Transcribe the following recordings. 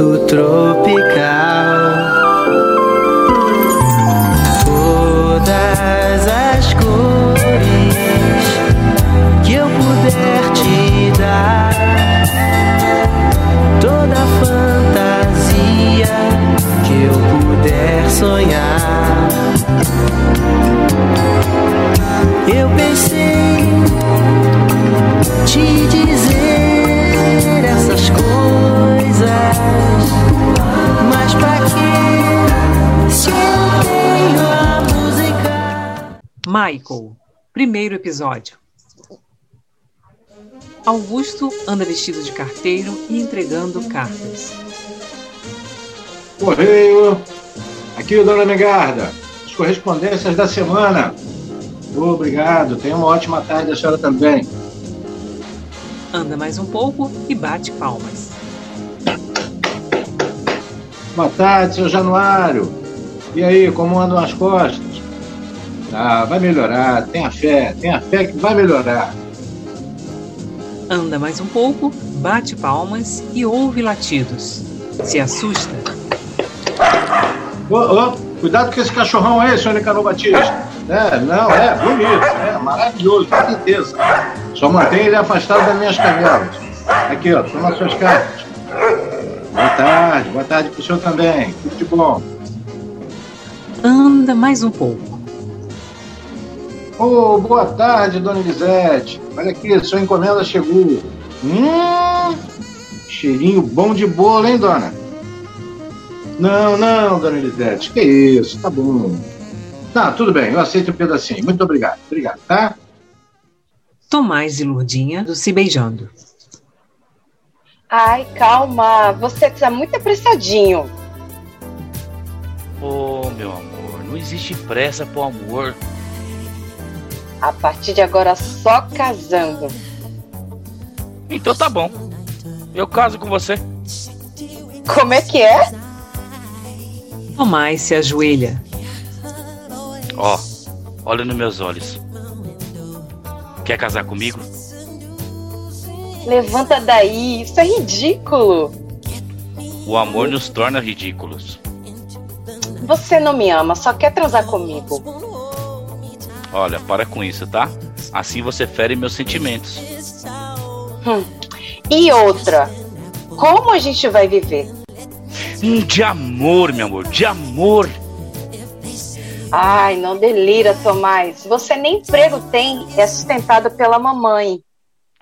Um tropical. Todas as cores que eu puder te dar, toda fantasia que eu puder sonhar. Eu pensei te dizer essas coisas. Mas pra que se eu tenho a música? Michael, primeiro episódio. Augusto anda vestido de carteiro e entregando cartas. Correio! Aqui o Dona Megarda. As correspondências da semana. Obrigado. Tenha uma ótima tarde a senhora também. Anda mais um pouco e bate palmas. Boa tarde, seu Januário. E aí, como andam as costas? Ah, vai melhorar, tenha fé, tenha fé que vai melhorar. Anda mais um pouco, bate palmas e ouve latidos. Se assusta. Ô, ô, cuidado com esse cachorrão aí, senhor Nicanor Batista. É, não, é bonito, é maravilhoso, com certeza. Só mantém ele afastado das minhas canelas. Aqui, ó, toma suas cartas. Boa tarde, boa tarde pro senhor também. Tudo de bom. Anda mais um pouco. Ô, boa tarde, dona Elisete. Olha aqui, sua encomenda chegou. Hum, cheirinho bom de bolo, hein, dona? Não, não, dona Elisete, que isso, tá bom. Tá, tudo bem, eu aceito o um pedacinho. Muito obrigado, obrigado, tá? Tomás e Lurdinha se beijando. Ai, calma, você tá muito apressadinho. Oh, meu amor, não existe pressa pro amor. A partir de agora, só casando. Então tá bom. Eu caso com você. Como é que é? Tomás se ajoelha. Ó, oh, olha nos meus olhos. Quer casar comigo? Levanta daí, isso é ridículo. O amor nos torna ridículos. Você não me ama, só quer transar comigo. Olha, para com isso, tá? Assim você fere meus sentimentos. Hum. E outra, como a gente vai viver? Hum, de amor, meu amor, de amor. Ai, não delira, Tomás. Você nem emprego tem, é sustentado pela mamãe.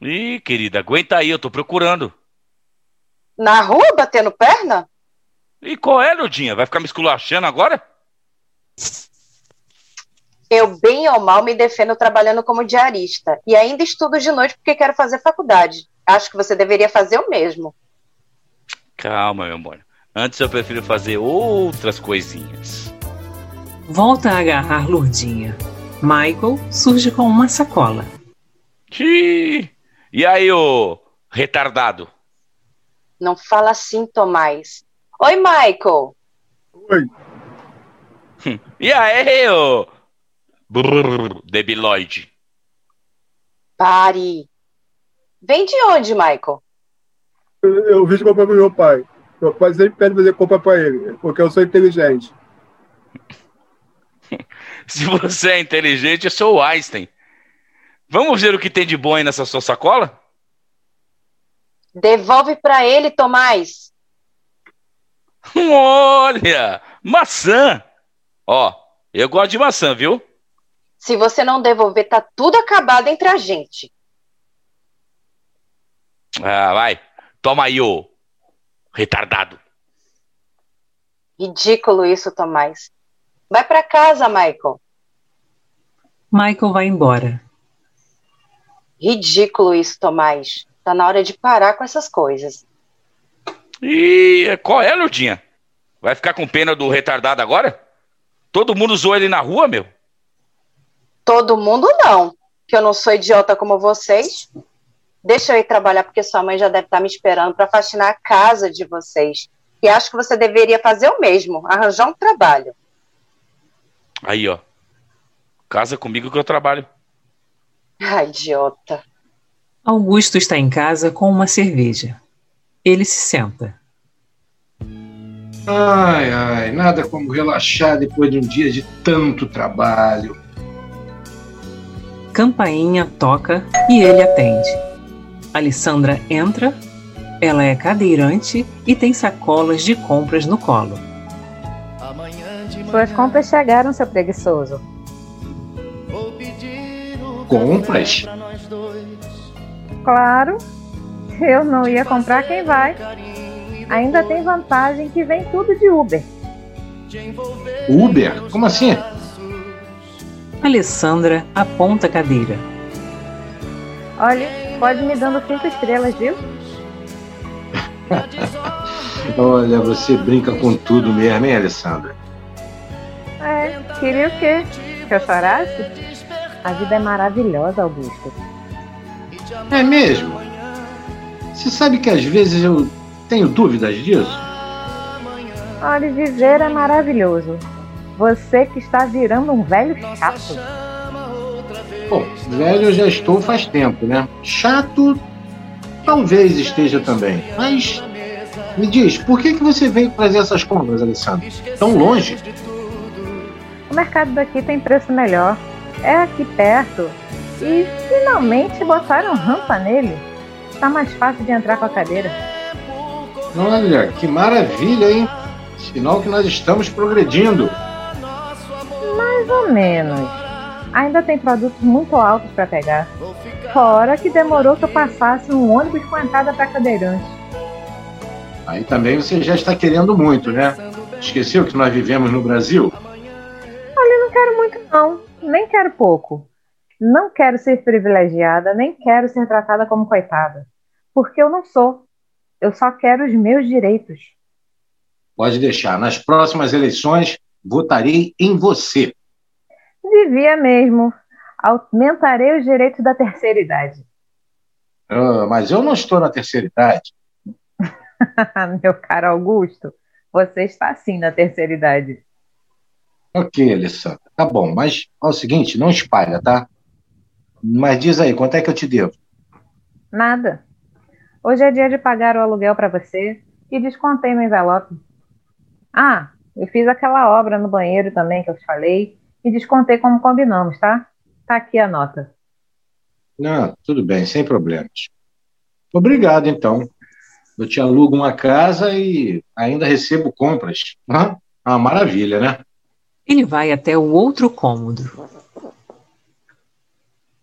Ih, querida, aguenta aí, eu tô procurando. Na rua, batendo perna? E qual é, Ludinha? Vai ficar me esculachando agora? Eu, bem ou mal, me defendo trabalhando como diarista. E ainda estudo de noite porque quero fazer faculdade. Acho que você deveria fazer o mesmo. Calma, meu amor. Antes eu prefiro fazer outras coisinhas. Volta a agarrar Lurdinha. Michael surge com uma sacola. Tchii! E aí, ô retardado? Não fala assim, Tomás. Oi, Michael. Oi. E aí, ô Brrr, debiloide? Pare. Vem de onde, Michael? Eu, eu vim comprar pro meu pai. Meu pai sempre pede fazer compra pra ele, porque eu sou inteligente. Se você é inteligente, eu sou o Einstein. Vamos ver o que tem de bom aí nessa sua sacola? Devolve para ele, Tomás. Olha, maçã. Ó, eu gosto de maçã, viu? Se você não devolver, tá tudo acabado entre a gente. Ah, vai. Toma aí, ô retardado. Ridículo isso, Tomás. Vai para casa, Michael. Michael vai embora. Ridículo isso, Tomás. Tá na hora de parar com essas coisas. E qual é, Ludinha? Vai ficar com pena do retardado agora? Todo mundo zoou ele na rua, meu? Todo mundo não, que eu não sou idiota como vocês. Deixa eu ir trabalhar porque sua mãe já deve estar me esperando para faxinar a casa de vocês. E acho que você deveria fazer o mesmo, arranjar um trabalho. Aí, ó. Casa comigo que eu trabalho. Ah, idiota. Augusto está em casa com uma cerveja. Ele se senta. Ai, ai, nada como relaxar depois de um dia de tanto trabalho. Campainha toca e ele atende. Alessandra entra. Ela é cadeirante e tem sacolas de compras no colo. Suas compras chegaram, seu preguiçoso. Compras? Claro, eu não ia comprar quem vai. Ainda tem vantagem que vem tudo de Uber. Uber? Como assim? Alessandra aponta a cadeira. Olha, pode me dando cinco estrelas, viu? Olha, você brinca com tudo mesmo, hein, Alessandra? É, queria o quê? Que eu chorasse? A vida é maravilhosa, Augusto. É mesmo? Você sabe que às vezes eu tenho dúvidas disso? Olha, viver é maravilhoso. Você que está virando um velho chato. Bom, velho eu já estou faz tempo, né? Chato talvez esteja também. Mas me diz, por que, que você veio trazer essas compras, Alessandra? Tão longe? O mercado daqui tem preço melhor. É aqui perto. E finalmente botaram rampa nele. Tá mais fácil de entrar com a cadeira. Olha, que maravilha, hein? Sinal que nós estamos progredindo. Mais ou menos. Ainda tem produtos muito altos para pegar. Fora que demorou que eu passasse um ônibus com entrada para cadeirante. Aí também você já está querendo muito, né? Esqueceu que nós vivemos no Brasil? Olha, eu não quero muito não, nem quero pouco. Não quero ser privilegiada, nem quero ser tratada como coitada. Porque eu não sou. Eu só quero os meus direitos. Pode deixar. Nas próximas eleições, votarei em você. Devia mesmo. Aumentarei os direitos da terceira idade. Ah, mas eu não estou na terceira idade. Meu caro Augusto, você está sim na terceira idade. Ok, Alessandra. Tá bom, mas ó, é o seguinte, não espalha, tá? Mas diz aí, quanto é que eu te devo? Nada. Hoje é dia de pagar o aluguel para você e descontei no envelope. Ah, eu fiz aquela obra no banheiro também que eu te falei e descontei como combinamos, tá? Tá aqui a nota. Não, tudo bem, sem problemas. Obrigado, então. Eu te alugo uma casa e ainda recebo compras. Ah, uma maravilha, né? Ele vai até o outro cômodo.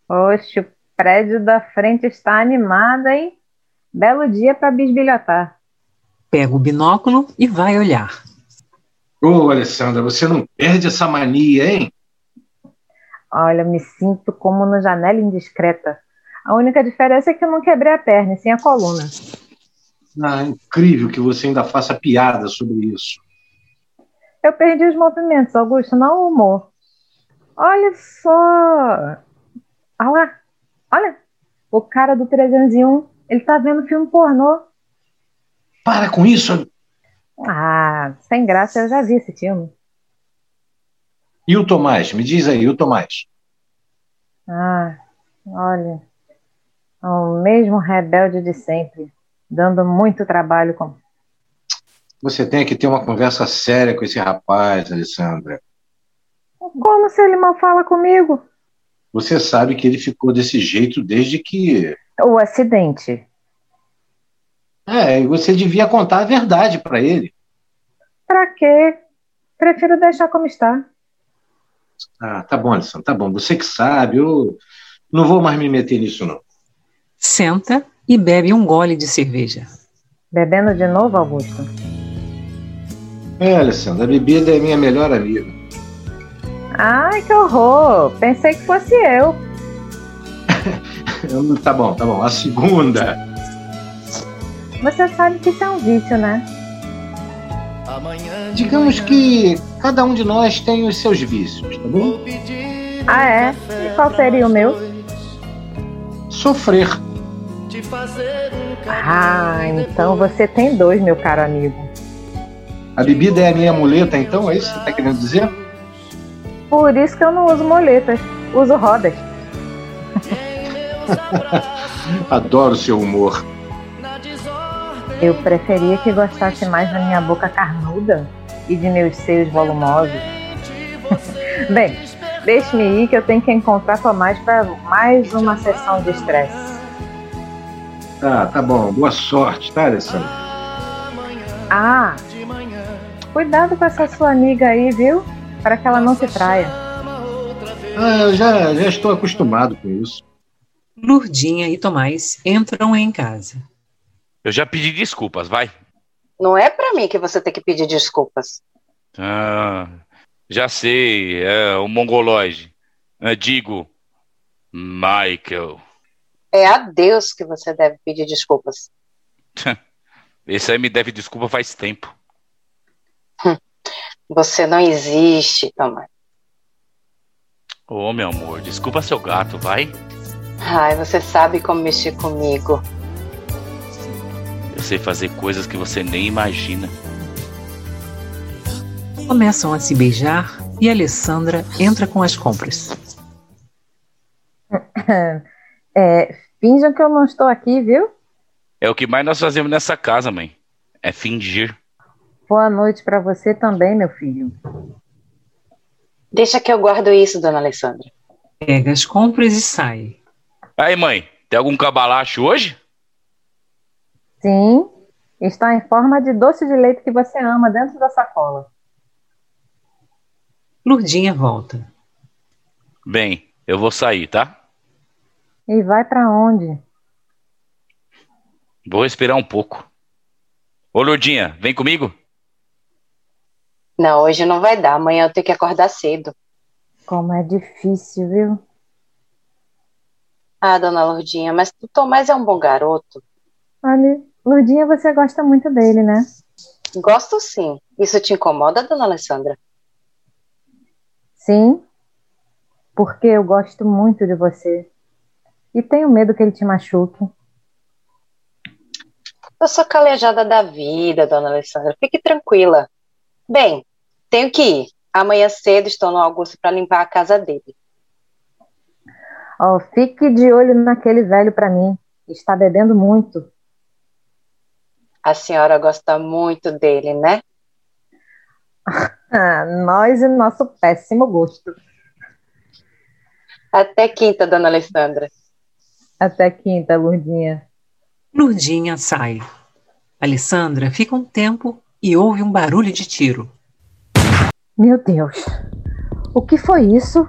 Oxe, o prédio da frente está animado, hein? Belo dia para bisbilhotar. Pega o binóculo e vai olhar. Ô, Alessandra, você não perde essa mania, hein? Olha, me sinto como no janela indiscreta. A única diferença é que eu não quebrei a perna, e sim a coluna. Ah, incrível que você ainda faça piada sobre isso. Eu perdi os movimentos, Augusto, não o humor. Olha só. Olha lá. Olha. O cara do 301, ele tá vendo filme pornô. Para com isso! Ah, sem graça, eu já vi esse filme. E o Tomás? Me diz aí, o Tomás. Ah, olha. É O mesmo rebelde de sempre, dando muito trabalho com você tem que ter uma conversa séria com esse rapaz, Alessandra. Como se ele mal fala comigo? Você sabe que ele ficou desse jeito desde que. O acidente. É, e você devia contar a verdade para ele. Pra quê? Prefiro deixar como está. Ah, tá bom, Alessandra, tá bom. Você que sabe, eu não vou mais me meter nisso, não. Senta e bebe um gole de cerveja. Bebendo de novo, Augusto? É, Alessandra, a bebida é minha melhor amiga. Ai, que horror! Pensei que fosse eu. tá bom, tá bom. A segunda. Você sabe que isso é um vício, né? Digamos que cada um de nós tem os seus vícios, tá bom? um Ah, é? E qual seria o meu? Sofrer. um Ah, então você tem dois, meu caro amigo. A bebida é a minha muleta, então? É isso que você está querendo dizer? Por isso que eu não uso moletas, uso rodas. Adoro seu humor. Eu preferia que gostasse mais da minha boca carnuda e de meus seios volumosos. Bem, deixe-me ir que eu tenho que encontrar com a mais para mais uma sessão de estresse. Tá, tá bom. Boa sorte, tá, Alessandra? Ah, cuidado com essa sua amiga aí, viu? Para que ela não se traia. Ah, eu já, já estou acostumado com isso. Lurdinha e Tomás entram em casa. Eu já pedi desculpas, vai. Não é pra mim que você tem que pedir desculpas. Ah, já sei, é o mongoloide. É, digo, Michael. É a Deus que você deve pedir desculpas. Esse aí me deve desculpa faz tempo. Você não existe, Tomás. Ô, meu amor, desculpa seu gato, vai. Ai, você sabe como mexer comigo. Eu sei fazer coisas que você nem imagina. Começam a se beijar e Alessandra entra com as compras. É, finjam que eu não estou aqui, viu? É o que mais nós fazemos nessa casa, mãe. É fingir. Boa noite para você também, meu filho. Deixa que eu guardo isso, dona Alessandra. Pega as compras e sai. Aí, mãe, tem algum cabalacho hoje? Sim, está em forma de doce de leite que você ama dentro da sacola. Lurdinha volta. Bem, eu vou sair, tá? E vai para onde? Vou respirar um pouco. Ô, Ludinha, vem comigo? Não, hoje não vai dar. Amanhã eu tenho que acordar cedo. Como é difícil, viu? Ah, dona Lourdinha, mas o Tomás é um bom garoto. Olha, Ludinha, você gosta muito dele, né? Gosto sim. Isso te incomoda, dona Alessandra? Sim, porque eu gosto muito de você. E tenho medo que ele te machuque. Eu sou calejada da vida, dona Alessandra. Fique tranquila. Bem, tenho que ir. Amanhã cedo estou no Augusto para limpar a casa dele. Ó, fique de olho naquele velho pra mim. Está bebendo muito. A senhora gosta muito dele, né? Ah, nós e nosso péssimo gosto. Até quinta, dona Alessandra. Até quinta, Lurdinha. Lurdinha sai. Alessandra fica um tempo e ouve um barulho de tiro. Meu Deus, o que foi isso?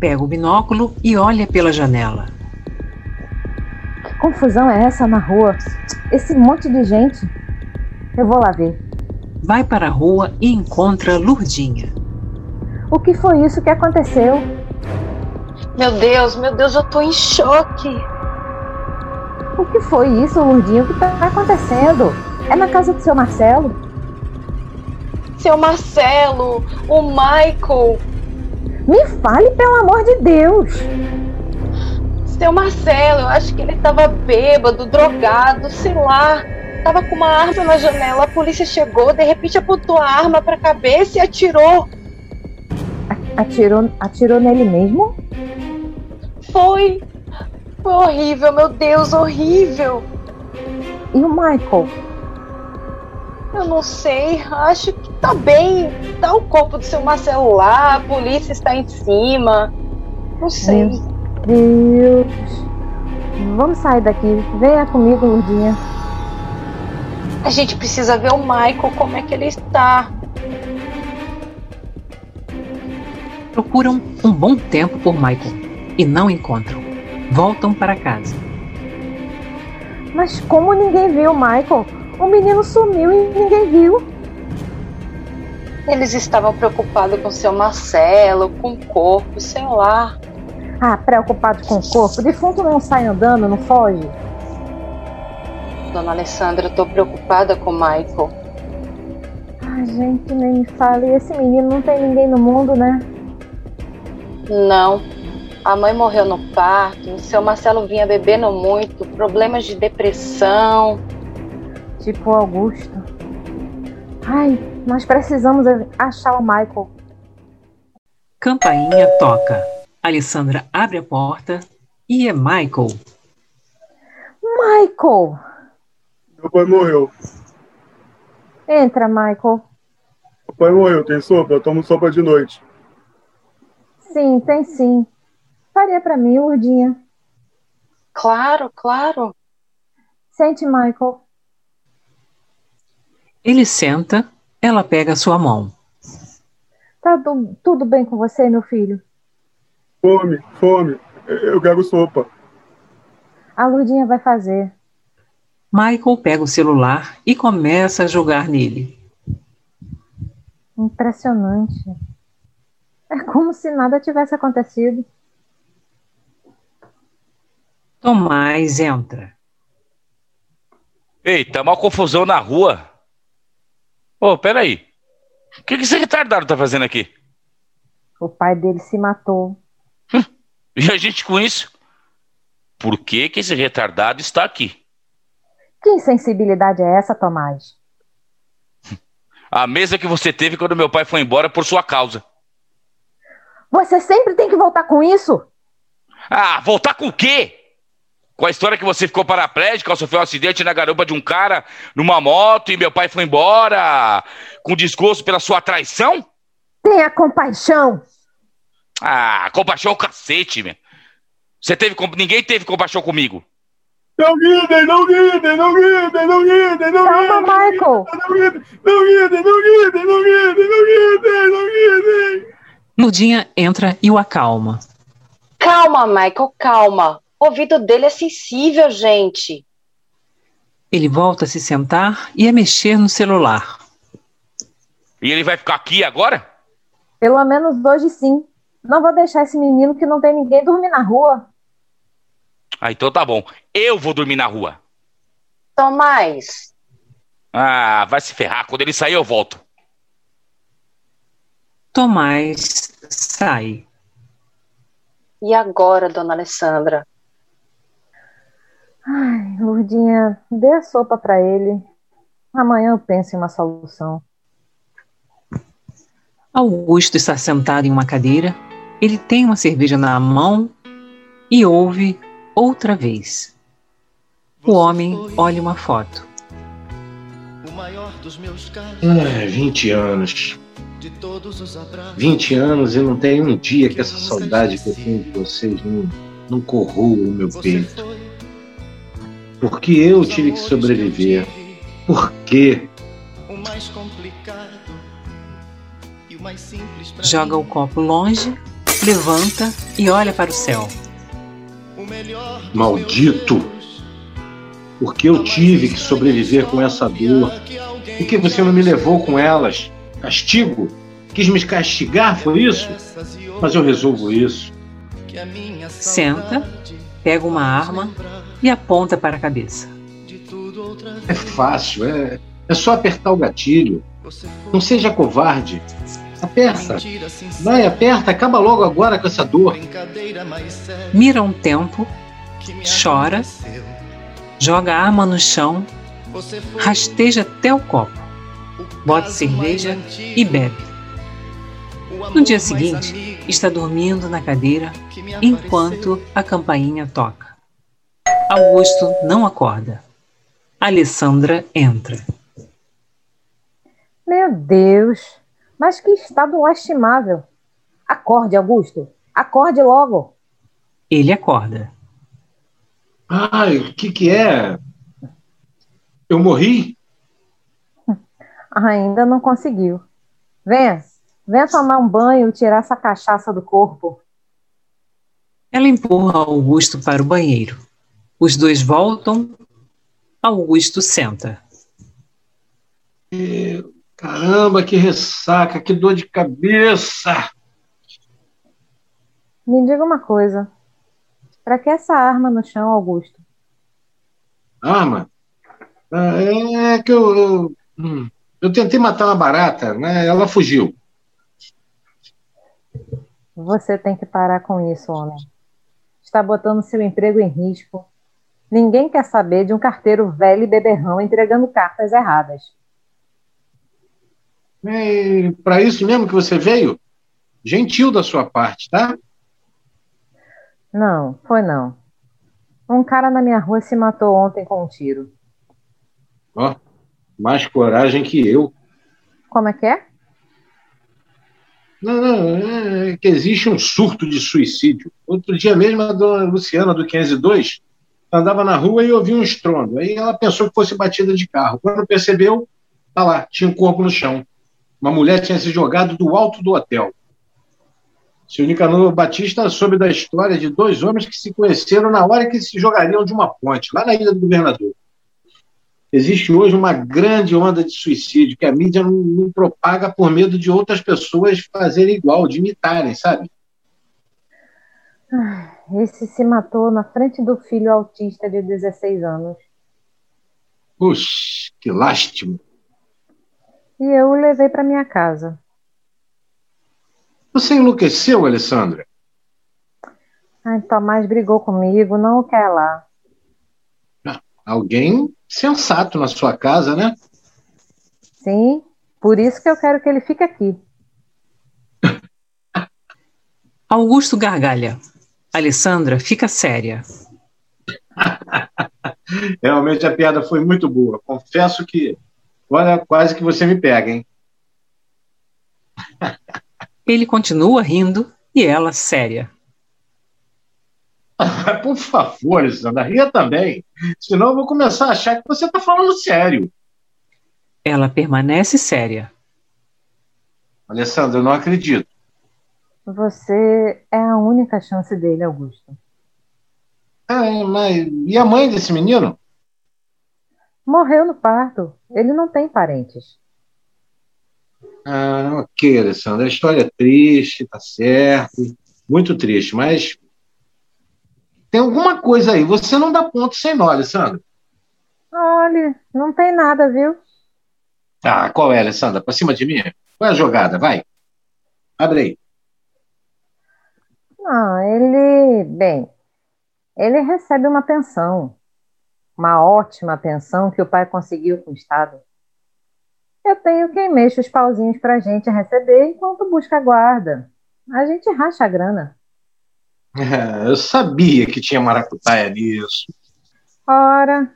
Pega o binóculo e olha pela janela. Que confusão é essa na rua? Esse monte de gente. Eu vou lá ver. Vai para a rua e encontra Lurdinha. O que foi isso que aconteceu? Meu Deus, meu Deus, eu tô em choque. O que foi isso, Lurdinho? O que tá acontecendo? É na casa do seu Marcelo? Seu Marcelo, o Michael, Me fale, pelo amor de Deus! seu Marcelo, eu acho que ele tava bêbado, drogado, sei lá. Tava com uma arma na janela, a polícia chegou, de repente apontou a arma pra cabeça e atirou. Atirou, atirou nele mesmo? Foi. Foi horrível, meu Deus, horrível. E o Michael? Eu não sei, acho que tá bem. Tá o corpo do seu Marcelo lá, a polícia está em cima. Não sei. Deus. Deus! Vamos sair daqui. Venha comigo, Lurdinha. A gente precisa ver o Michael, como é que ele está. Procuram um bom tempo por Michael e não encontram. Voltam para casa. Mas como ninguém viu o Michael? O menino sumiu e ninguém viu. Eles estavam preocupados com seu Marcelo, com o corpo, sei lá. Ah, preocupado com o corpo. Defunto não sai andando, não foge. Dona Alessandra, eu tô preocupada com o Michael. Ai, gente, nem me fale. Esse menino não tem ninguém no mundo, né? Não. A mãe morreu no parto, o seu Marcelo vinha bebendo muito, problemas de depressão. Tipo o Augusto. Ai, nós precisamos achar o Michael. Campainha toca. Alessandra abre a porta e é Michael. Michael! Meu pai morreu. Entra, Michael. Meu pai morreu, tem sopa? Eu tomo sopa de noite. Sim, tem sim. Faria pra mim, Lurdinha. Claro, claro. Sente, Michael. Ele senta, ela pega sua mão. Tá du- tudo bem com você, meu filho? Fome, fome. Eu quero sopa. A Lurdinha vai fazer. Michael pega o celular e começa a jogar nele. Impressionante. É como se nada tivesse acontecido. Tomás entra. Eita, uma confusão na rua. Ô, peraí. O que, que esse retardado tá fazendo aqui? O pai dele se matou. E a gente com isso? Por que, que esse retardado está aqui? Que insensibilidade é essa, Tomás? A mesa que você teve quando meu pai foi embora por sua causa. Você sempre tem que voltar com isso? Ah, voltar com o quê? Com a história que você ficou paraplégica, sofreu um acidente na garupa de um cara numa moto e meu pai foi embora com desgosto pela sua traição? Tenha compaixão! Ah, compaixão é o cacete, meu. Você teve. comp- Ninguém teve compaixão comigo. Não guidem, não guidem, não guidem, não guidem, não Calma, guidem. Michael! Não guidem, não guidem, não guidem, não guidem, não guidem, não guidem. Nudinha entra e o acalma. Calma, Michael, calma. O ouvido dele é sensível, gente. Ele volta a se sentar e a mexer no celular. E ele vai ficar aqui agora? Pelo menos hoje sim. Não vou deixar esse menino que não tem ninguém dormir na rua. Ah, então tá bom. Eu vou dormir na rua. Tomás, Ah, vai se ferrar. Quando ele sair, eu volto. Tomás sai. e agora, dona Alessandra? Ai, Lurdinha, dê a sopa pra ele. Amanhã eu penso em uma solução. Augusto está sentado em uma cadeira. Ele tem uma cerveja na mão e ouve outra vez. O homem olha uma foto. O maior dos meus casos Ai, 20 Ah, anos. de todos os abraços. 20 anos e não tem um dia que essa saudade que eu tenho de vocês não, não corroa o meu Você peito. foi Porque eu os tive que amores eu sobreviver. tive, Por quê? O mais complicado e o mais simples pra Joga o mim, copo longe, levanta e olha para o céu. o melhor dos Maldito! meus erros. Porque eu tive que sobreviver com essa dor. Por que você não me levou com elas? Castigo? Quis me castigar por isso? Mas eu resolvo isso. Senta. Pega uma arma e aponta para a cabeça. É fácil, é, é só apertar o gatilho. Não seja covarde. Aperta. Vai, aperta, acaba logo agora com essa dor. Mira um tempo, chora, joga a arma no chão, rasteja até o copo, bota cerveja e bebe. No dia seguinte, está dormindo na cadeira enquanto a campainha toca. Augusto não acorda. Alessandra entra. Meu Deus! Mas que estado lastimável! Acorde, Augusto! Acorde logo! Ele acorda. Ai, o que que é? Eu morri? Ah, Ainda não conseguiu. Venha! Venha tomar um banho e tirar essa cachaça do corpo. Ela empurra Augusto para o banheiro. Os dois voltam. Augusto senta. Caramba, que ressaca, que dor de cabeça. Me diga uma coisa. Pra que essa arma no chão, Augusto? Arma? Ah, é que eu, eu, hum, eu tentei matar uma barata, né? Ela fugiu. Você tem que parar com isso, homem. Está botando seu emprego em risco. Ninguém quer saber de um carteiro velho e beberrão entregando cartas erradas. É, Para isso mesmo que você veio? Gentil da sua parte, tá? Não, foi não. Um cara na minha rua se matou ontem com um tiro. Ó, mais coragem que eu. Como é que é? Não, não, é que existe um surto de suicídio. Outro dia mesmo, a dona Luciana, do 502, andava na rua e ouvia um estrondo. Aí ela pensou que fosse batida de carro. Quando percebeu, tá lá, tinha um corpo no chão. Uma mulher tinha se jogado do alto do hotel. Seu Nicanor Batista soube da história de dois homens que se conheceram na hora que se jogariam de uma ponte, lá na Ilha do Governador. Existe hoje uma grande onda de suicídio que a mídia não, não propaga por medo de outras pessoas fazerem igual, de imitarem, sabe? Ah, Esse se matou na frente do filho autista de 16 anos. Puxa, que lástima. E eu o levei para minha casa. Você enlouqueceu, Alessandra? Ai, Tomás brigou comigo, não o quer lá. Alguém sensato na sua casa, né? Sim, por isso que eu quero que ele fique aqui. Augusto gargalha. Alessandra fica séria. Realmente a piada foi muito boa. Confesso que, olha, quase que você me pega, hein? Ele continua rindo e ela séria. Mas, por favor, Alessandra, ria também. Senão eu vou começar a achar que você tá falando sério. Ela permanece séria. Alessandra, eu não acredito. Você é a única chance dele, Augusto. É, mas e a mãe desse menino? Morreu no parto. Ele não tem parentes. Ah, ok, Alessandra. A história é triste, tá certo. Muito triste, mas tem alguma coisa aí. Você não dá ponto sem nó, Alessandra. Olha, não tem nada, viu? Tá, qual é, Alessandra? Pra cima de mim? Qual é a jogada? Vai. Abre aí. Não, ele. Bem, ele recebe uma pensão. Uma ótima pensão que o pai conseguiu com o Estado. Eu tenho quem mexe os pauzinhos pra gente receber enquanto busca a guarda. A gente racha a grana. É, eu sabia que tinha maracutaia nisso. Ora,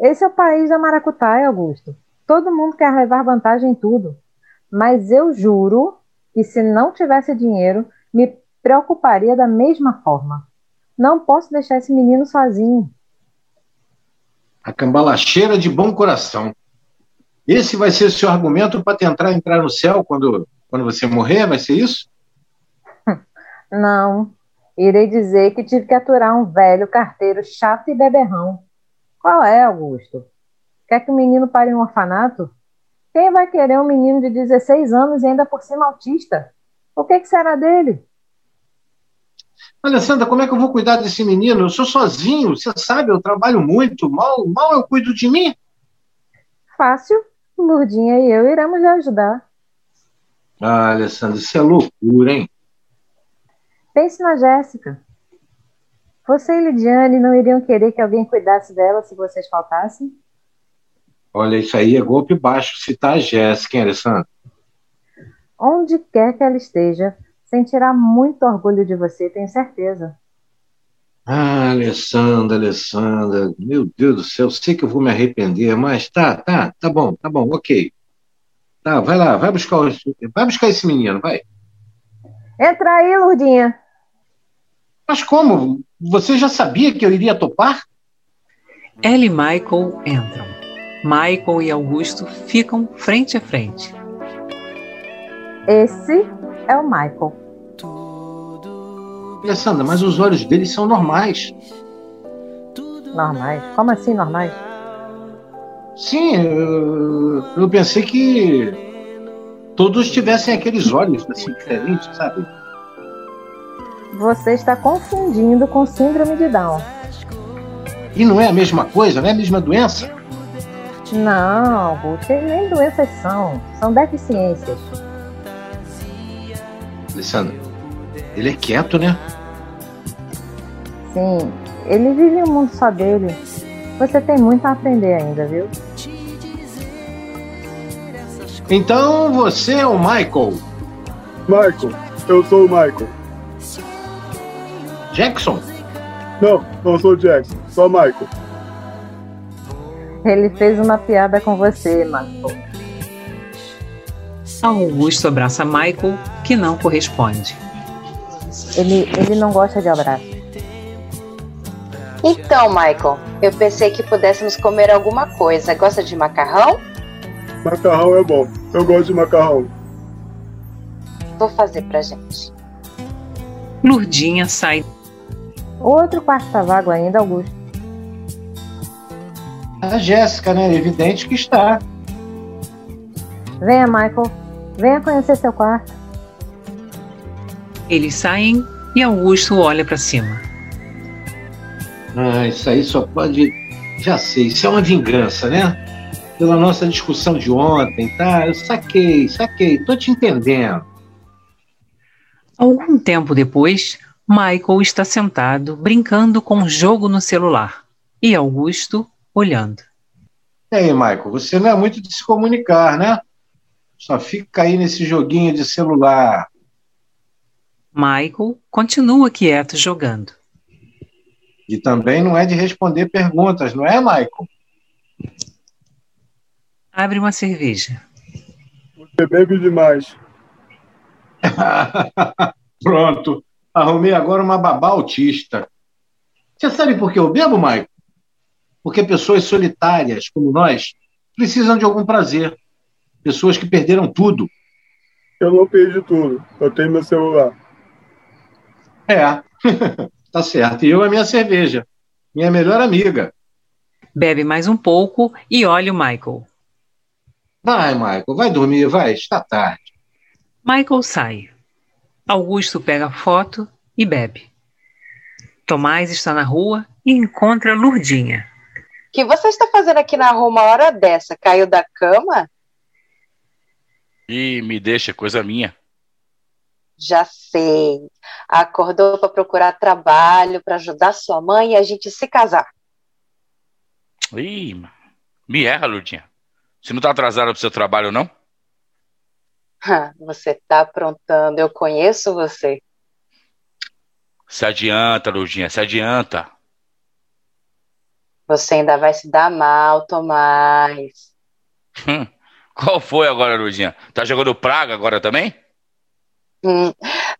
esse é o país da maracutaia, Augusto. Todo mundo quer levar vantagem em tudo. Mas eu juro que se não tivesse dinheiro, me preocuparia da mesma forma. Não posso deixar esse menino sozinho. A cambalacheira de bom coração. Esse vai ser seu argumento para tentar entrar no céu quando, quando você morrer? Vai ser isso? Não, irei dizer que tive que aturar um velho carteiro chato e beberrão. Qual é, Augusto? Quer que o menino pare em um orfanato? Quem vai querer um menino de 16 anos e ainda por cima autista? O que, que será dele? Alessandra, como é que eu vou cuidar desse menino? Eu sou sozinho, você sabe, eu trabalho muito, mal, mal eu cuido de mim. Fácil, Lurdinha e eu iremos lhe ajudar. Ah, Alessandra, isso é loucura, hein? Pense na Jéssica. Você e Lidiane não iriam querer que alguém cuidasse dela se vocês faltassem? Olha, isso aí é golpe baixo citar a Jéssica, hein, Alessandra? Onde quer que ela esteja, sentirá muito orgulho de você, tenho certeza. Ah, Alessandra, Alessandra, meu Deus do céu, sei que eu vou me arrepender, mas tá, tá, tá bom, tá bom, ok. Tá, vai lá, vai buscar, o- vai buscar esse menino, vai. Entra aí, Lurdinha. Mas como? Você já sabia que eu iria topar? Ela e Michael entram. Michael e Augusto ficam frente a frente. Esse é o Michael. Alessandra, mas os olhos dele são normais. Normais. Como assim normais? Sim, eu, eu pensei que todos tivessem aqueles olhos assim diferentes, sabe? Você está confundindo com síndrome de Down. E não é a mesma coisa, não é a mesma doença? Não, Augusto, eles nem doenças são. São deficiências. Alessandra, ele é quieto, né? Sim, ele vive um mundo só dele. Você tem muito a aprender ainda, viu? Então você é o Michael Michael, eu sou o Michael. Jackson? Não, não sou o Jackson, só Michael. Ele fez uma piada com você, Marco. Augusto abraça Michael, que não corresponde. Ele, ele não gosta de abraço. Então, Michael, eu pensei que pudéssemos comer alguma coisa. Gosta de macarrão? Macarrão é bom. Eu gosto de macarrão. Vou fazer pra gente. Lurdinha sai. Outro quarto tá vago ainda, Augusto. A Jéssica, né? Evidente que está. Venha, Michael. Venha conhecer seu quarto. Eles saem e Augusto olha pra cima. Ah, isso aí só pode. Já sei, isso é uma vingança, né? Pela nossa discussão de ontem, tá? Eu saquei, saquei, tô te entendendo. Algum tempo depois, Michael está sentado brincando com um jogo no celular e Augusto olhando. E aí, Michael, você não é muito de se comunicar, né? Só fica aí nesse joguinho de celular. Michael continua quieto jogando. E também não é de responder perguntas, não é, Michael? Abre uma cerveja. Você bebe demais. Pronto. Arrumei agora uma babá autista. Você sabe por que eu bebo, Michael? Porque pessoas solitárias como nós precisam de algum prazer. Pessoas que perderam tudo. Eu não perdi tudo. Eu tenho meu celular. É, tá certo. E eu a minha cerveja. Minha melhor amiga. Bebe mais um pouco e olha o Michael. Vai, Michael, vai dormir, vai, está tarde. Michael sai. Augusto pega a foto e bebe. Tomás está na rua e encontra Lurdinha. O que você está fazendo aqui na rua uma hora dessa? Caiu da cama? E me deixa, coisa minha. Já sei. Acordou para procurar trabalho, para ajudar sua mãe e a gente se casar. Ih, me erra, Lurdinha. Você não está atrasada para o seu trabalho, não? Você está aprontando, eu conheço você. Se adianta, Lurdinha, se adianta. Você ainda vai se dar mal, Tomás. Hum, Qual foi agora, Lurdinha? Tá jogando praga agora também? Hum,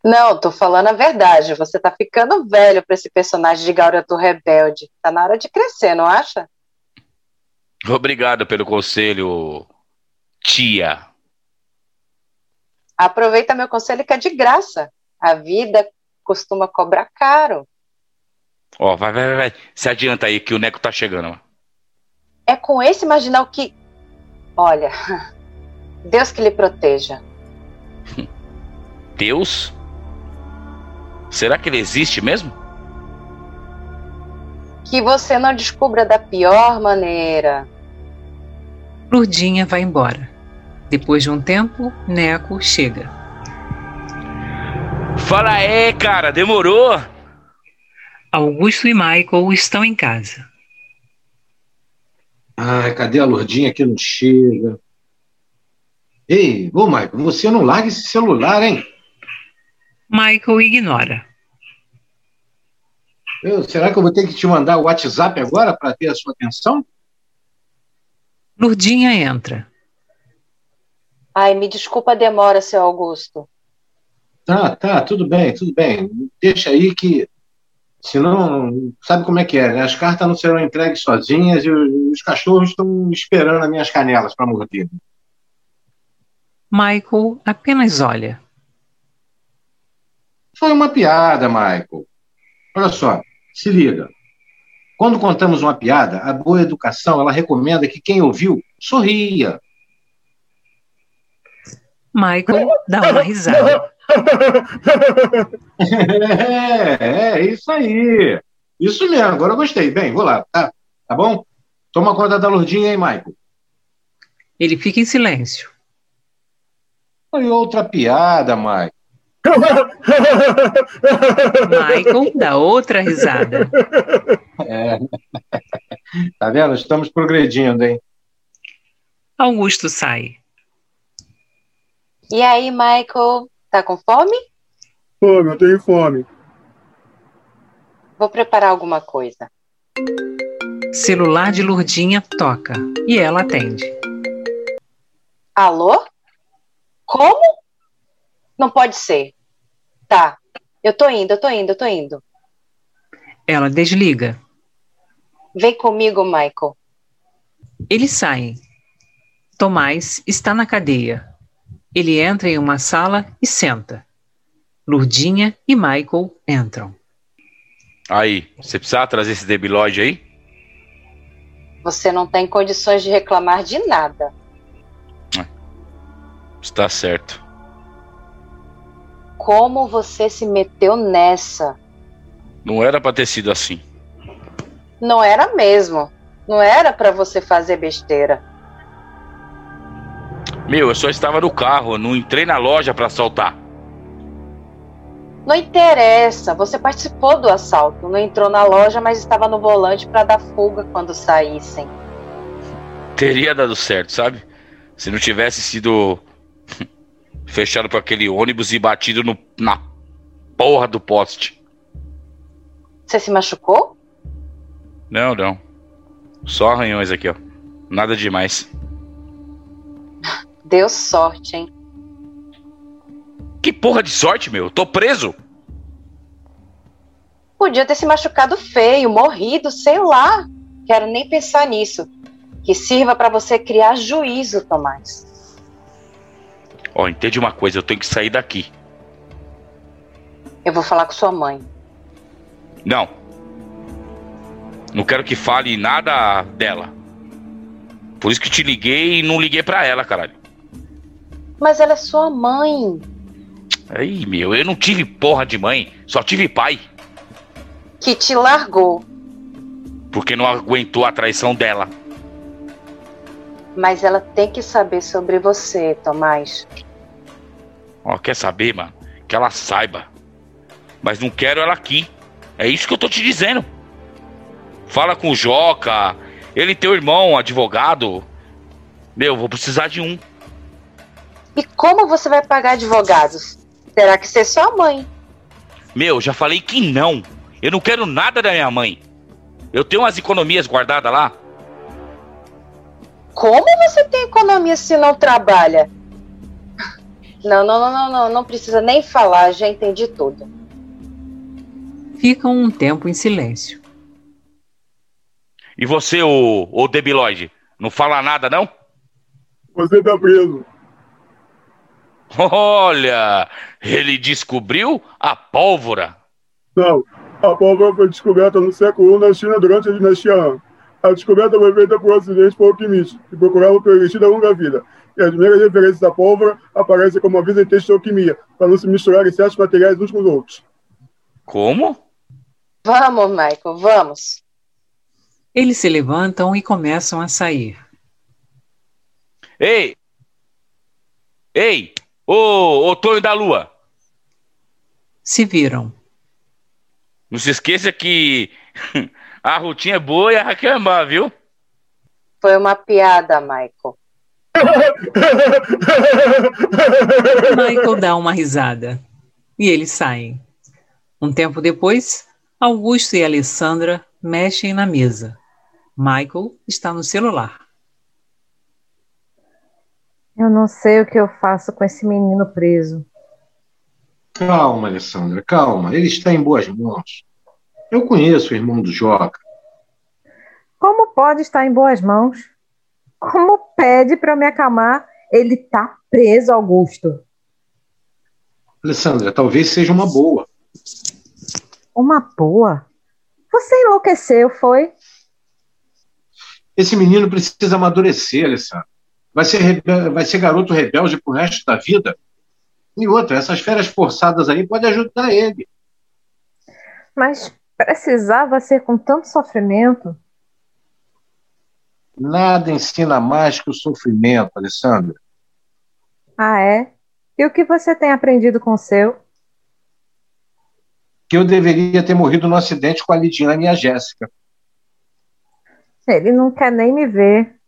Não, tô falando a verdade. Você tá ficando velho pra esse personagem de garoto rebelde. Tá na hora de crescer, não acha? Obrigado pelo conselho, tia. Aproveita meu conselho que é de graça. A vida costuma cobrar caro. Ó, vai, vai, vai, vai. Se adianta aí que o Neco tá chegando. ó. É com esse marginal que. Olha, Deus que lhe proteja. Deus? Será que ele existe mesmo? Que você não descubra da pior maneira. Lurdinha vai embora. Depois de um tempo, Neco chega. Fala aí, cara, demorou? Augusto e Michael estão em casa. Ai, cadê a Lurdinha que não chega? Ei, ô Michael, você não larga esse celular, hein? Michael ignora. Eu- será que eu vou ter que te mandar o WhatsApp agora para ter a sua atenção? Lurdinha entra. Ai, me desculpa a demora, seu Augusto. Tá, tá, tudo bem, tudo bem. Deixa aí que. Senão, sabe como é que é, né? As cartas não serão entregues sozinhas e os cachorros estão esperando as minhas canelas para morder. Michael apenas olha. Foi uma piada, Michael. Olha só, se liga. Quando contamos uma piada, a boa educação ela recomenda que quem ouviu sorria. Michael dá uma risada. É, é isso aí. Isso mesmo, agora eu gostei. Bem, vou lá, tá? Tá bom? Toma conta da Lurdinha, hein, Michael? Ele fica em silêncio. Foi outra piada, Michael. Michael dá outra risada. Tá vendo? Estamos progredindo, hein? Augusto sai. E aí, Michael, tá com fome? fome, eu tenho fome. Vou preparar alguma coisa. Celular de Lurdinha toca e ela atende. Alô? Como? Não pode ser. Tá. Eu tô indo, eu tô indo, eu tô indo. Ela desliga. Vem comigo, Michael. Eles saem. Tomás está na cadeia. Ele entra em uma sala e senta. Lurdinha e Michael entram. Aí, você precisa trazer esse debilóide aí? Você não tem condições de reclamar de nada. Está certo. Como você se meteu nessa? Não era pra ter sido assim. Não era mesmo. Não era pra você fazer besteira. Meu, eu só estava no carro, eu não entrei na loja pra assaltar. Não interessa, você participou do assalto, não entrou na loja, mas estava no volante para dar fuga quando saíssem. Teria dado certo, sabe? Se não tivesse sido fechado por aquele ônibus e batido no- na porra do poste. Você se machucou? Não, não. Só arranhões aqui, ó. Nada demais. Deu sorte, hein? Que porra de sorte, meu? Tô preso? Podia ter se machucado feio, morrido, sei lá. Quero nem pensar nisso. Que sirva para você criar juízo, Tomás. Ó, entende uma coisa, eu tenho que sair daqui. Eu vou falar com sua mãe. Não. Não quero que fale nada dela. Por isso que te liguei e não liguei pra ela, caralho. Mas ela é sua mãe. Aí, meu, eu não tive porra de mãe, só tive pai. Que te largou. Porque não aguentou a traição dela. Mas ela tem que saber sobre você, Tomás. Ó, quer saber, mano? Que ela saiba. Mas não quero ela aqui. É isso que eu tô te dizendo. Fala com o Joca. Ele teu irmão, advogado. Meu, vou precisar de um. E como você vai pagar advogados? Terá que ser sua mãe. Meu, já falei que não. Eu não quero nada da minha mãe. Eu tenho umas economias guardadas lá. Como você tem economia se não trabalha? Não, não, não, não, não, não precisa nem falar, já entendi tudo. Ficam um tempo em silêncio. E você, o, o debilóide, não fala nada, não? Você tá preso. Olha, ele descobriu a pólvora. Não. A pólvora foi descoberta no século I na China durante a dinastia Han. A descoberta foi feita por um acidente por alquimistas que procuravam pelo elixir da longa vida. E as primeiras referências à pólvora aparecem como aviso em texto de alquimia, para não se misturarem certos materiais uns com os outros. Como? Vamos, Michael, vamos. Eles se levantam e começam a sair. Ei! Ei! Ô, ô Tonho da Lua! Se viram. Não se esqueça que a Rutinha é boa e a Raquel é má, viu? Foi uma piada, Michael. Michael dá uma risada. E eles saem. Um tempo depois, Augusto e Alessandra mexem na mesa. Michael está no celular. Eu não sei o que eu faço com esse menino preso. Calma, Alessandra, calma. Ele está em boas mãos. Eu conheço o irmão do Joca. Como pode estar em boas mãos? Como pede para eu me acalmar? Ele tá preso, Augusto. Alessandra, talvez seja uma boa. Uma boa? Você enlouqueceu, foi? Esse menino precisa amadurecer, Alessandra. Vai ser, rebe- vai ser garoto rebelde pro resto da vida. E outra, essas férias forçadas aí podem ajudar ele. Mas precisava ser com tanto sofrimento? Nada ensina mais que o sofrimento, Alessandra. Ah, é? E o que você tem aprendido com o seu? Que eu deveria ter morrido no acidente com a Lidiane e a Jéssica. Ele não quer nem me ver.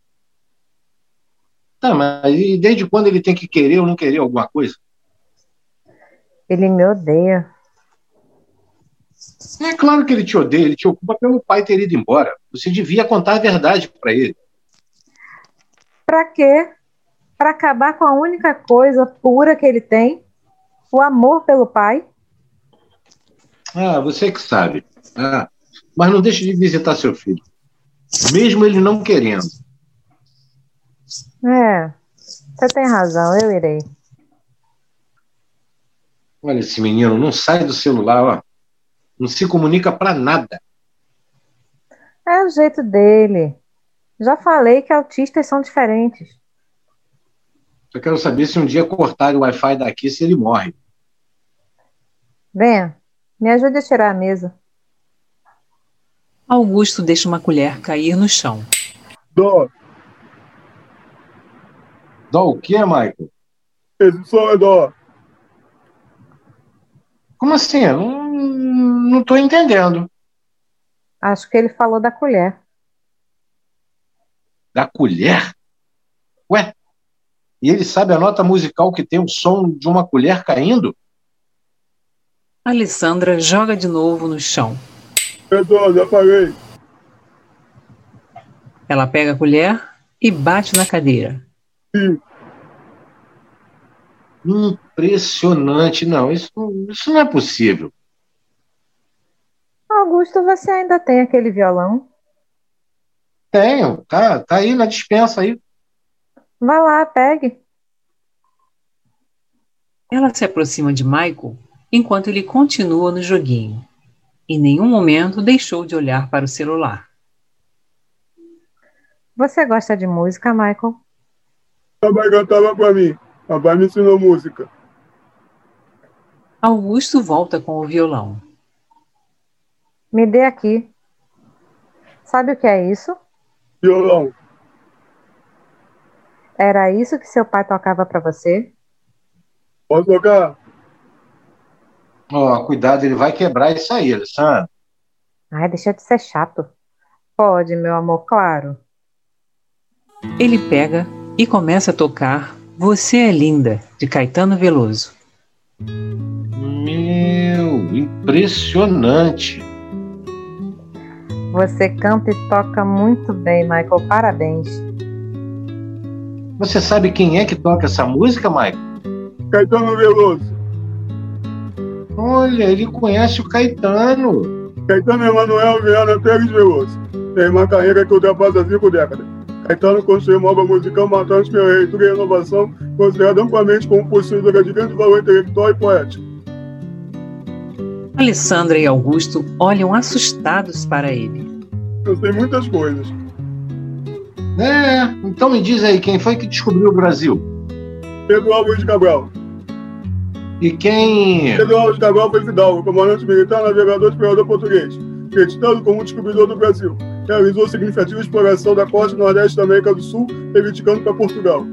Tá, mas e desde quando ele tem que querer ou não querer alguma coisa? Ele me odeia. É claro que ele te odeia, ele te ocupa pelo pai ter ido embora. Você devia contar a verdade para ele. Pra quê? Pra acabar com a única coisa pura que ele tem? O amor pelo pai? Ah, você que sabe. Ah, mas não deixe de visitar seu filho. Mesmo ele não querendo. É, você tem razão, eu irei. Olha esse menino, não sai do celular, ó. Não se comunica pra nada. É o jeito dele. Já falei que autistas são diferentes. Só quero saber se um dia cortarem o Wi-Fi daqui, se ele morre. Venha, me ajude a tirar a mesa. Augusto deixa uma colher cair no chão. Dó, Dó o quê, Michael? esse som é dó. Como assim? Eu Não, não tô entendendo. Acho que ele falou da colher. Da colher? Ué? E ele sabe a nota musical que tem o som de uma colher caindo? Alessandra joga de novo no chão. É dó, já falei. Ela pega a colher e bate na cadeira. Impressionante, não. Isso, isso não é possível. Augusto, você ainda tem aquele violão? Tenho, tá, tá aí na dispensa aí. Vá lá, pegue. Ela se aproxima de Michael enquanto ele continua no joguinho. Em nenhum momento deixou de olhar para o celular. Você gosta de música, Michael? Papai cantava pra mim. Papai me ensinou música. Augusto volta com o violão. Me dê aqui. Sabe o que é isso? Violão. Era isso que seu pai tocava pra você? Posso tocar? Ó, cuidado, ele vai quebrar isso aí, Alessandra. Ai, deixa de ser chato. Pode, meu amor, claro. Ele pega e começa a tocar Você é Linda, de Caetano Veloso. Meu, impressionante. Você canta e toca muito bem, Michael. Parabéns. Você sabe quem é que toca essa música, Michael? Caetano Veloso. Olha, ele conhece o Caetano. Caetano Emanuel Viana Teres Veloso. Tem uma carreira que ultrapassa cinco décadas. Caetano construiu uma obra musical marcante pela leitura e inovação, considerada amplamente como possuidora de grande valor intelectual e poético. Alessandra e Augusto olham assustados para ele. Eu sei Então, muitas coisas. É, então me diz aí, quem foi que descobriu o Brasil? Pedro Álvares Cabral. E quem. Pedro Álvares Cabral foi Fidalgo, comandante militar, navegador e explorador português, creditado como um descobridor do Brasil. Realizou significativa exploração da costa nordeste da América do Sul, reivindicando para Portugal.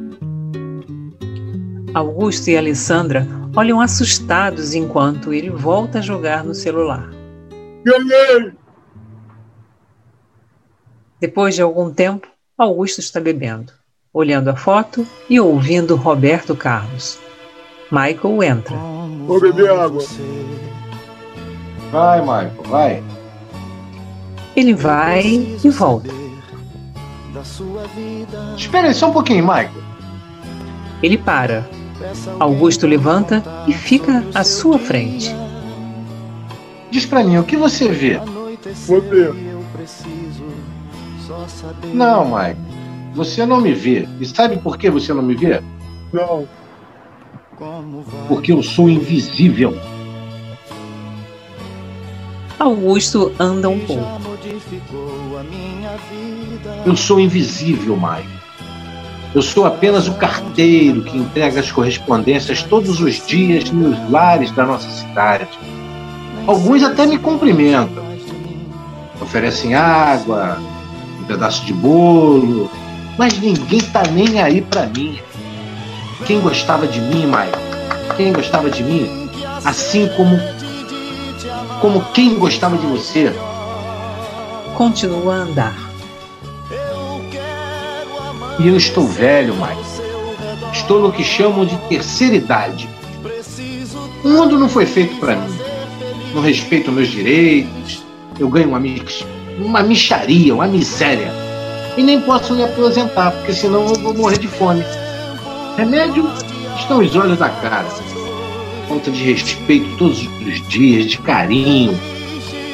Augusto e Alessandra olham assustados enquanto ele volta a jogar no celular. Ganhei! Depois de algum tempo, Augusto está bebendo, olhando a foto e ouvindo Roberto Carlos. Michael entra. Como Vou beber vai água. você? Vai, Michael, vai. Ele Eu vai preciso e volta. saber Da sua vida. Espera aí só um pouquinho, Michael. Ele para. Peça alguém Augusto pra levanta contar e fica sobre o à seu sua dia. frente. Diz pra mim, o que você vê? Anoiteceu Você. e eu preciso só saber. Não, Michael. Você não me vê. E sabe por que você não me vê? Não, Como vai Porque eu sou invisível. Augusto anda um E já pouco. modificou a minha vida. Eu sou invisível, Michael. Eu sou apenas o carteiro que entrega as correspondências todos os dias nos lares da nossa cidade. Alguns até me cumprimentam. Oferecem água, um pedaço de bolo, mas ninguém tá nem aí pra mim. Quem gostava de mim, Michael? Quem gostava de mim? Assim como como quem gostava de você. Continua a andar. E eu estou velho, Michael. Estou no que chamam de terceira idade. O mundo não foi feito pra mim. não respeitam meus direitos, eu ganho uma, mix, uma micharia, uma miséria. E nem posso me aposentar, porque senão eu vou morrer de fome. Remédio estão os olhos da cara. Falta de respeito todos os dias, de carinho.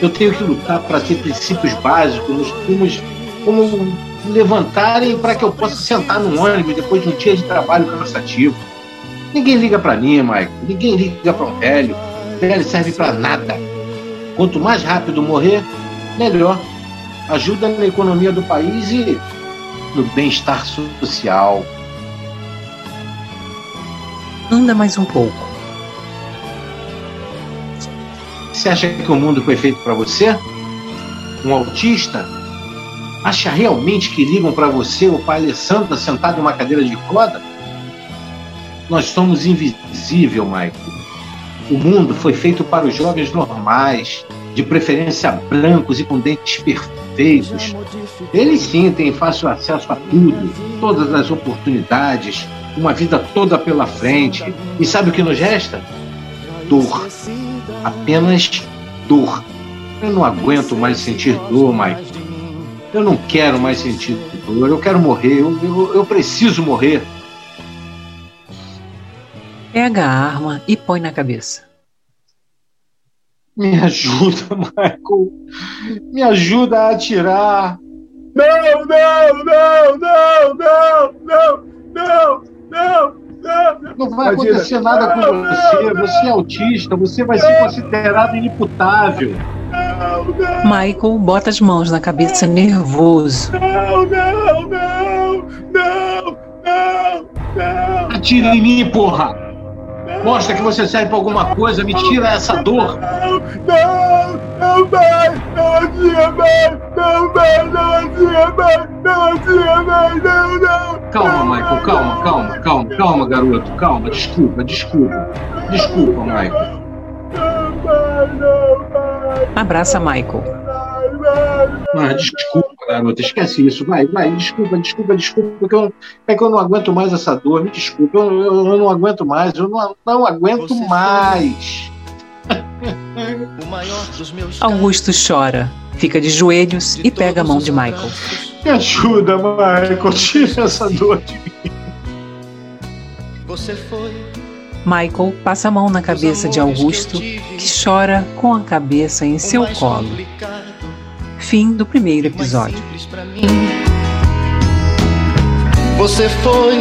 Eu tenho que lutar para ter princípios básicos nos primos, como levantarem para que eu possa sentar num ônibus depois de um dia de trabalho cansativo. Ninguém liga para mim, Michael. Ninguém liga para um velho. Velho serve para nada. Quanto mais rápido morrer, melhor. Ajuda na economia do país e no bem-estar social. Anda mais um pouco. Você acha que o mundo foi feito para você? Um autista? Acha realmente que ligam para você o pai Alessandra sentado em uma cadeira de roda? Nós somos invisível, Michael. O mundo foi feito para os jovens normais, de preferência brancos e com dentes perfeitos. Eles sim têm fácil acesso a tudo, todas as oportunidades, uma vida toda pela frente. E sabe o que nos resta? Dor. Apenas dor. Eu não aguento mais sentir dor, Michael. Eu não quero mais sentir dor. Eu quero morrer. Eu, eu, eu preciso morrer. Pega a arma e põe na cabeça. Me ajuda, Michael. Me ajuda a atirar. Não, não, não, não, não, não, não, não, não. Não vai acontecer nada com você. Você é autista. Você vai ser considerado inimputável. Não, não, Michael bota as mãos na cabeça nervoso. não, não, não, não, não, não. Atire em mim, porra. Mostra que você serve para alguma coisa. Me tira essa dor. Não, não vai, não atira mais, não vai, não atira mais, não atira mais, não, não. Calma, Michael, calma, calma, calma, calma, garoto, calma, desculpa, desculpa, desculpa, Michael. Não vai, não vai, Abraça Michael. vai, vai. Ah, desculpa, garota, esquece isso, vai, vai, desculpa, desculpa, desculpa, que eu, é que eu não aguento mais essa dor, me desculpa, eu, eu- eu não aguento mais, eu não, não aguento Você mais. O maior dos meus Augusto chora, fica de joelhos e pega a mão de Michael. Me ajuda, Michael, tira essa dor de mim. Você foi Michael passa a mão na cabeça de Augusto, que chora com a cabeça em seu colo. Fim do primeiro episódio. Você foi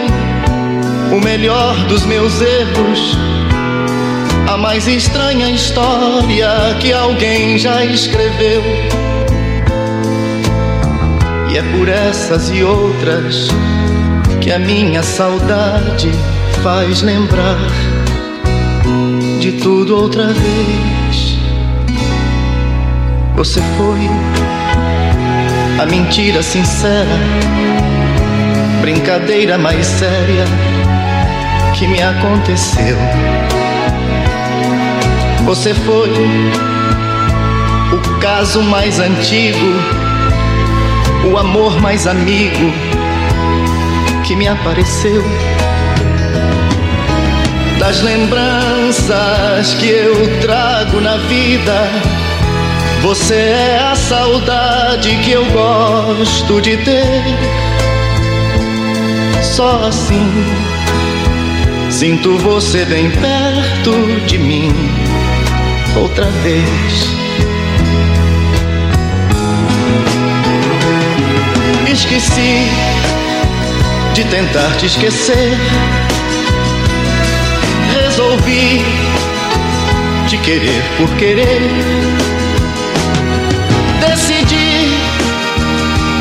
o melhor dos meus erros, a mais estranha história que alguém já escreveu. E é por essas e outras que a minha saudade faz lembrar de tudo outra vez. Você foi a mentira sincera, brincadeira mais séria que me aconteceu. Você foi o caso mais antigo, o amor mais amigo que me apareceu. Das lembranças que eu trago na vida, você é a saudade que eu gosto de ter. Só assim sinto você bem perto de mim outra vez. Esqueci de tentar te esquecer. Resolvi te querer por querer decidi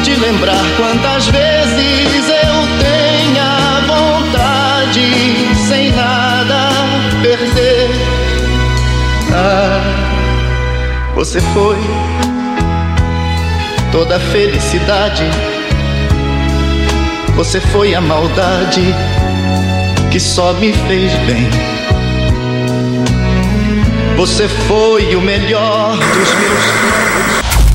te lembrar quantas vezes eu tenha vontade sem nada perder. Ah, você foi toda a felicidade. Você foi a maldade que só me fez bem. Você foi o melhor dos meus planos.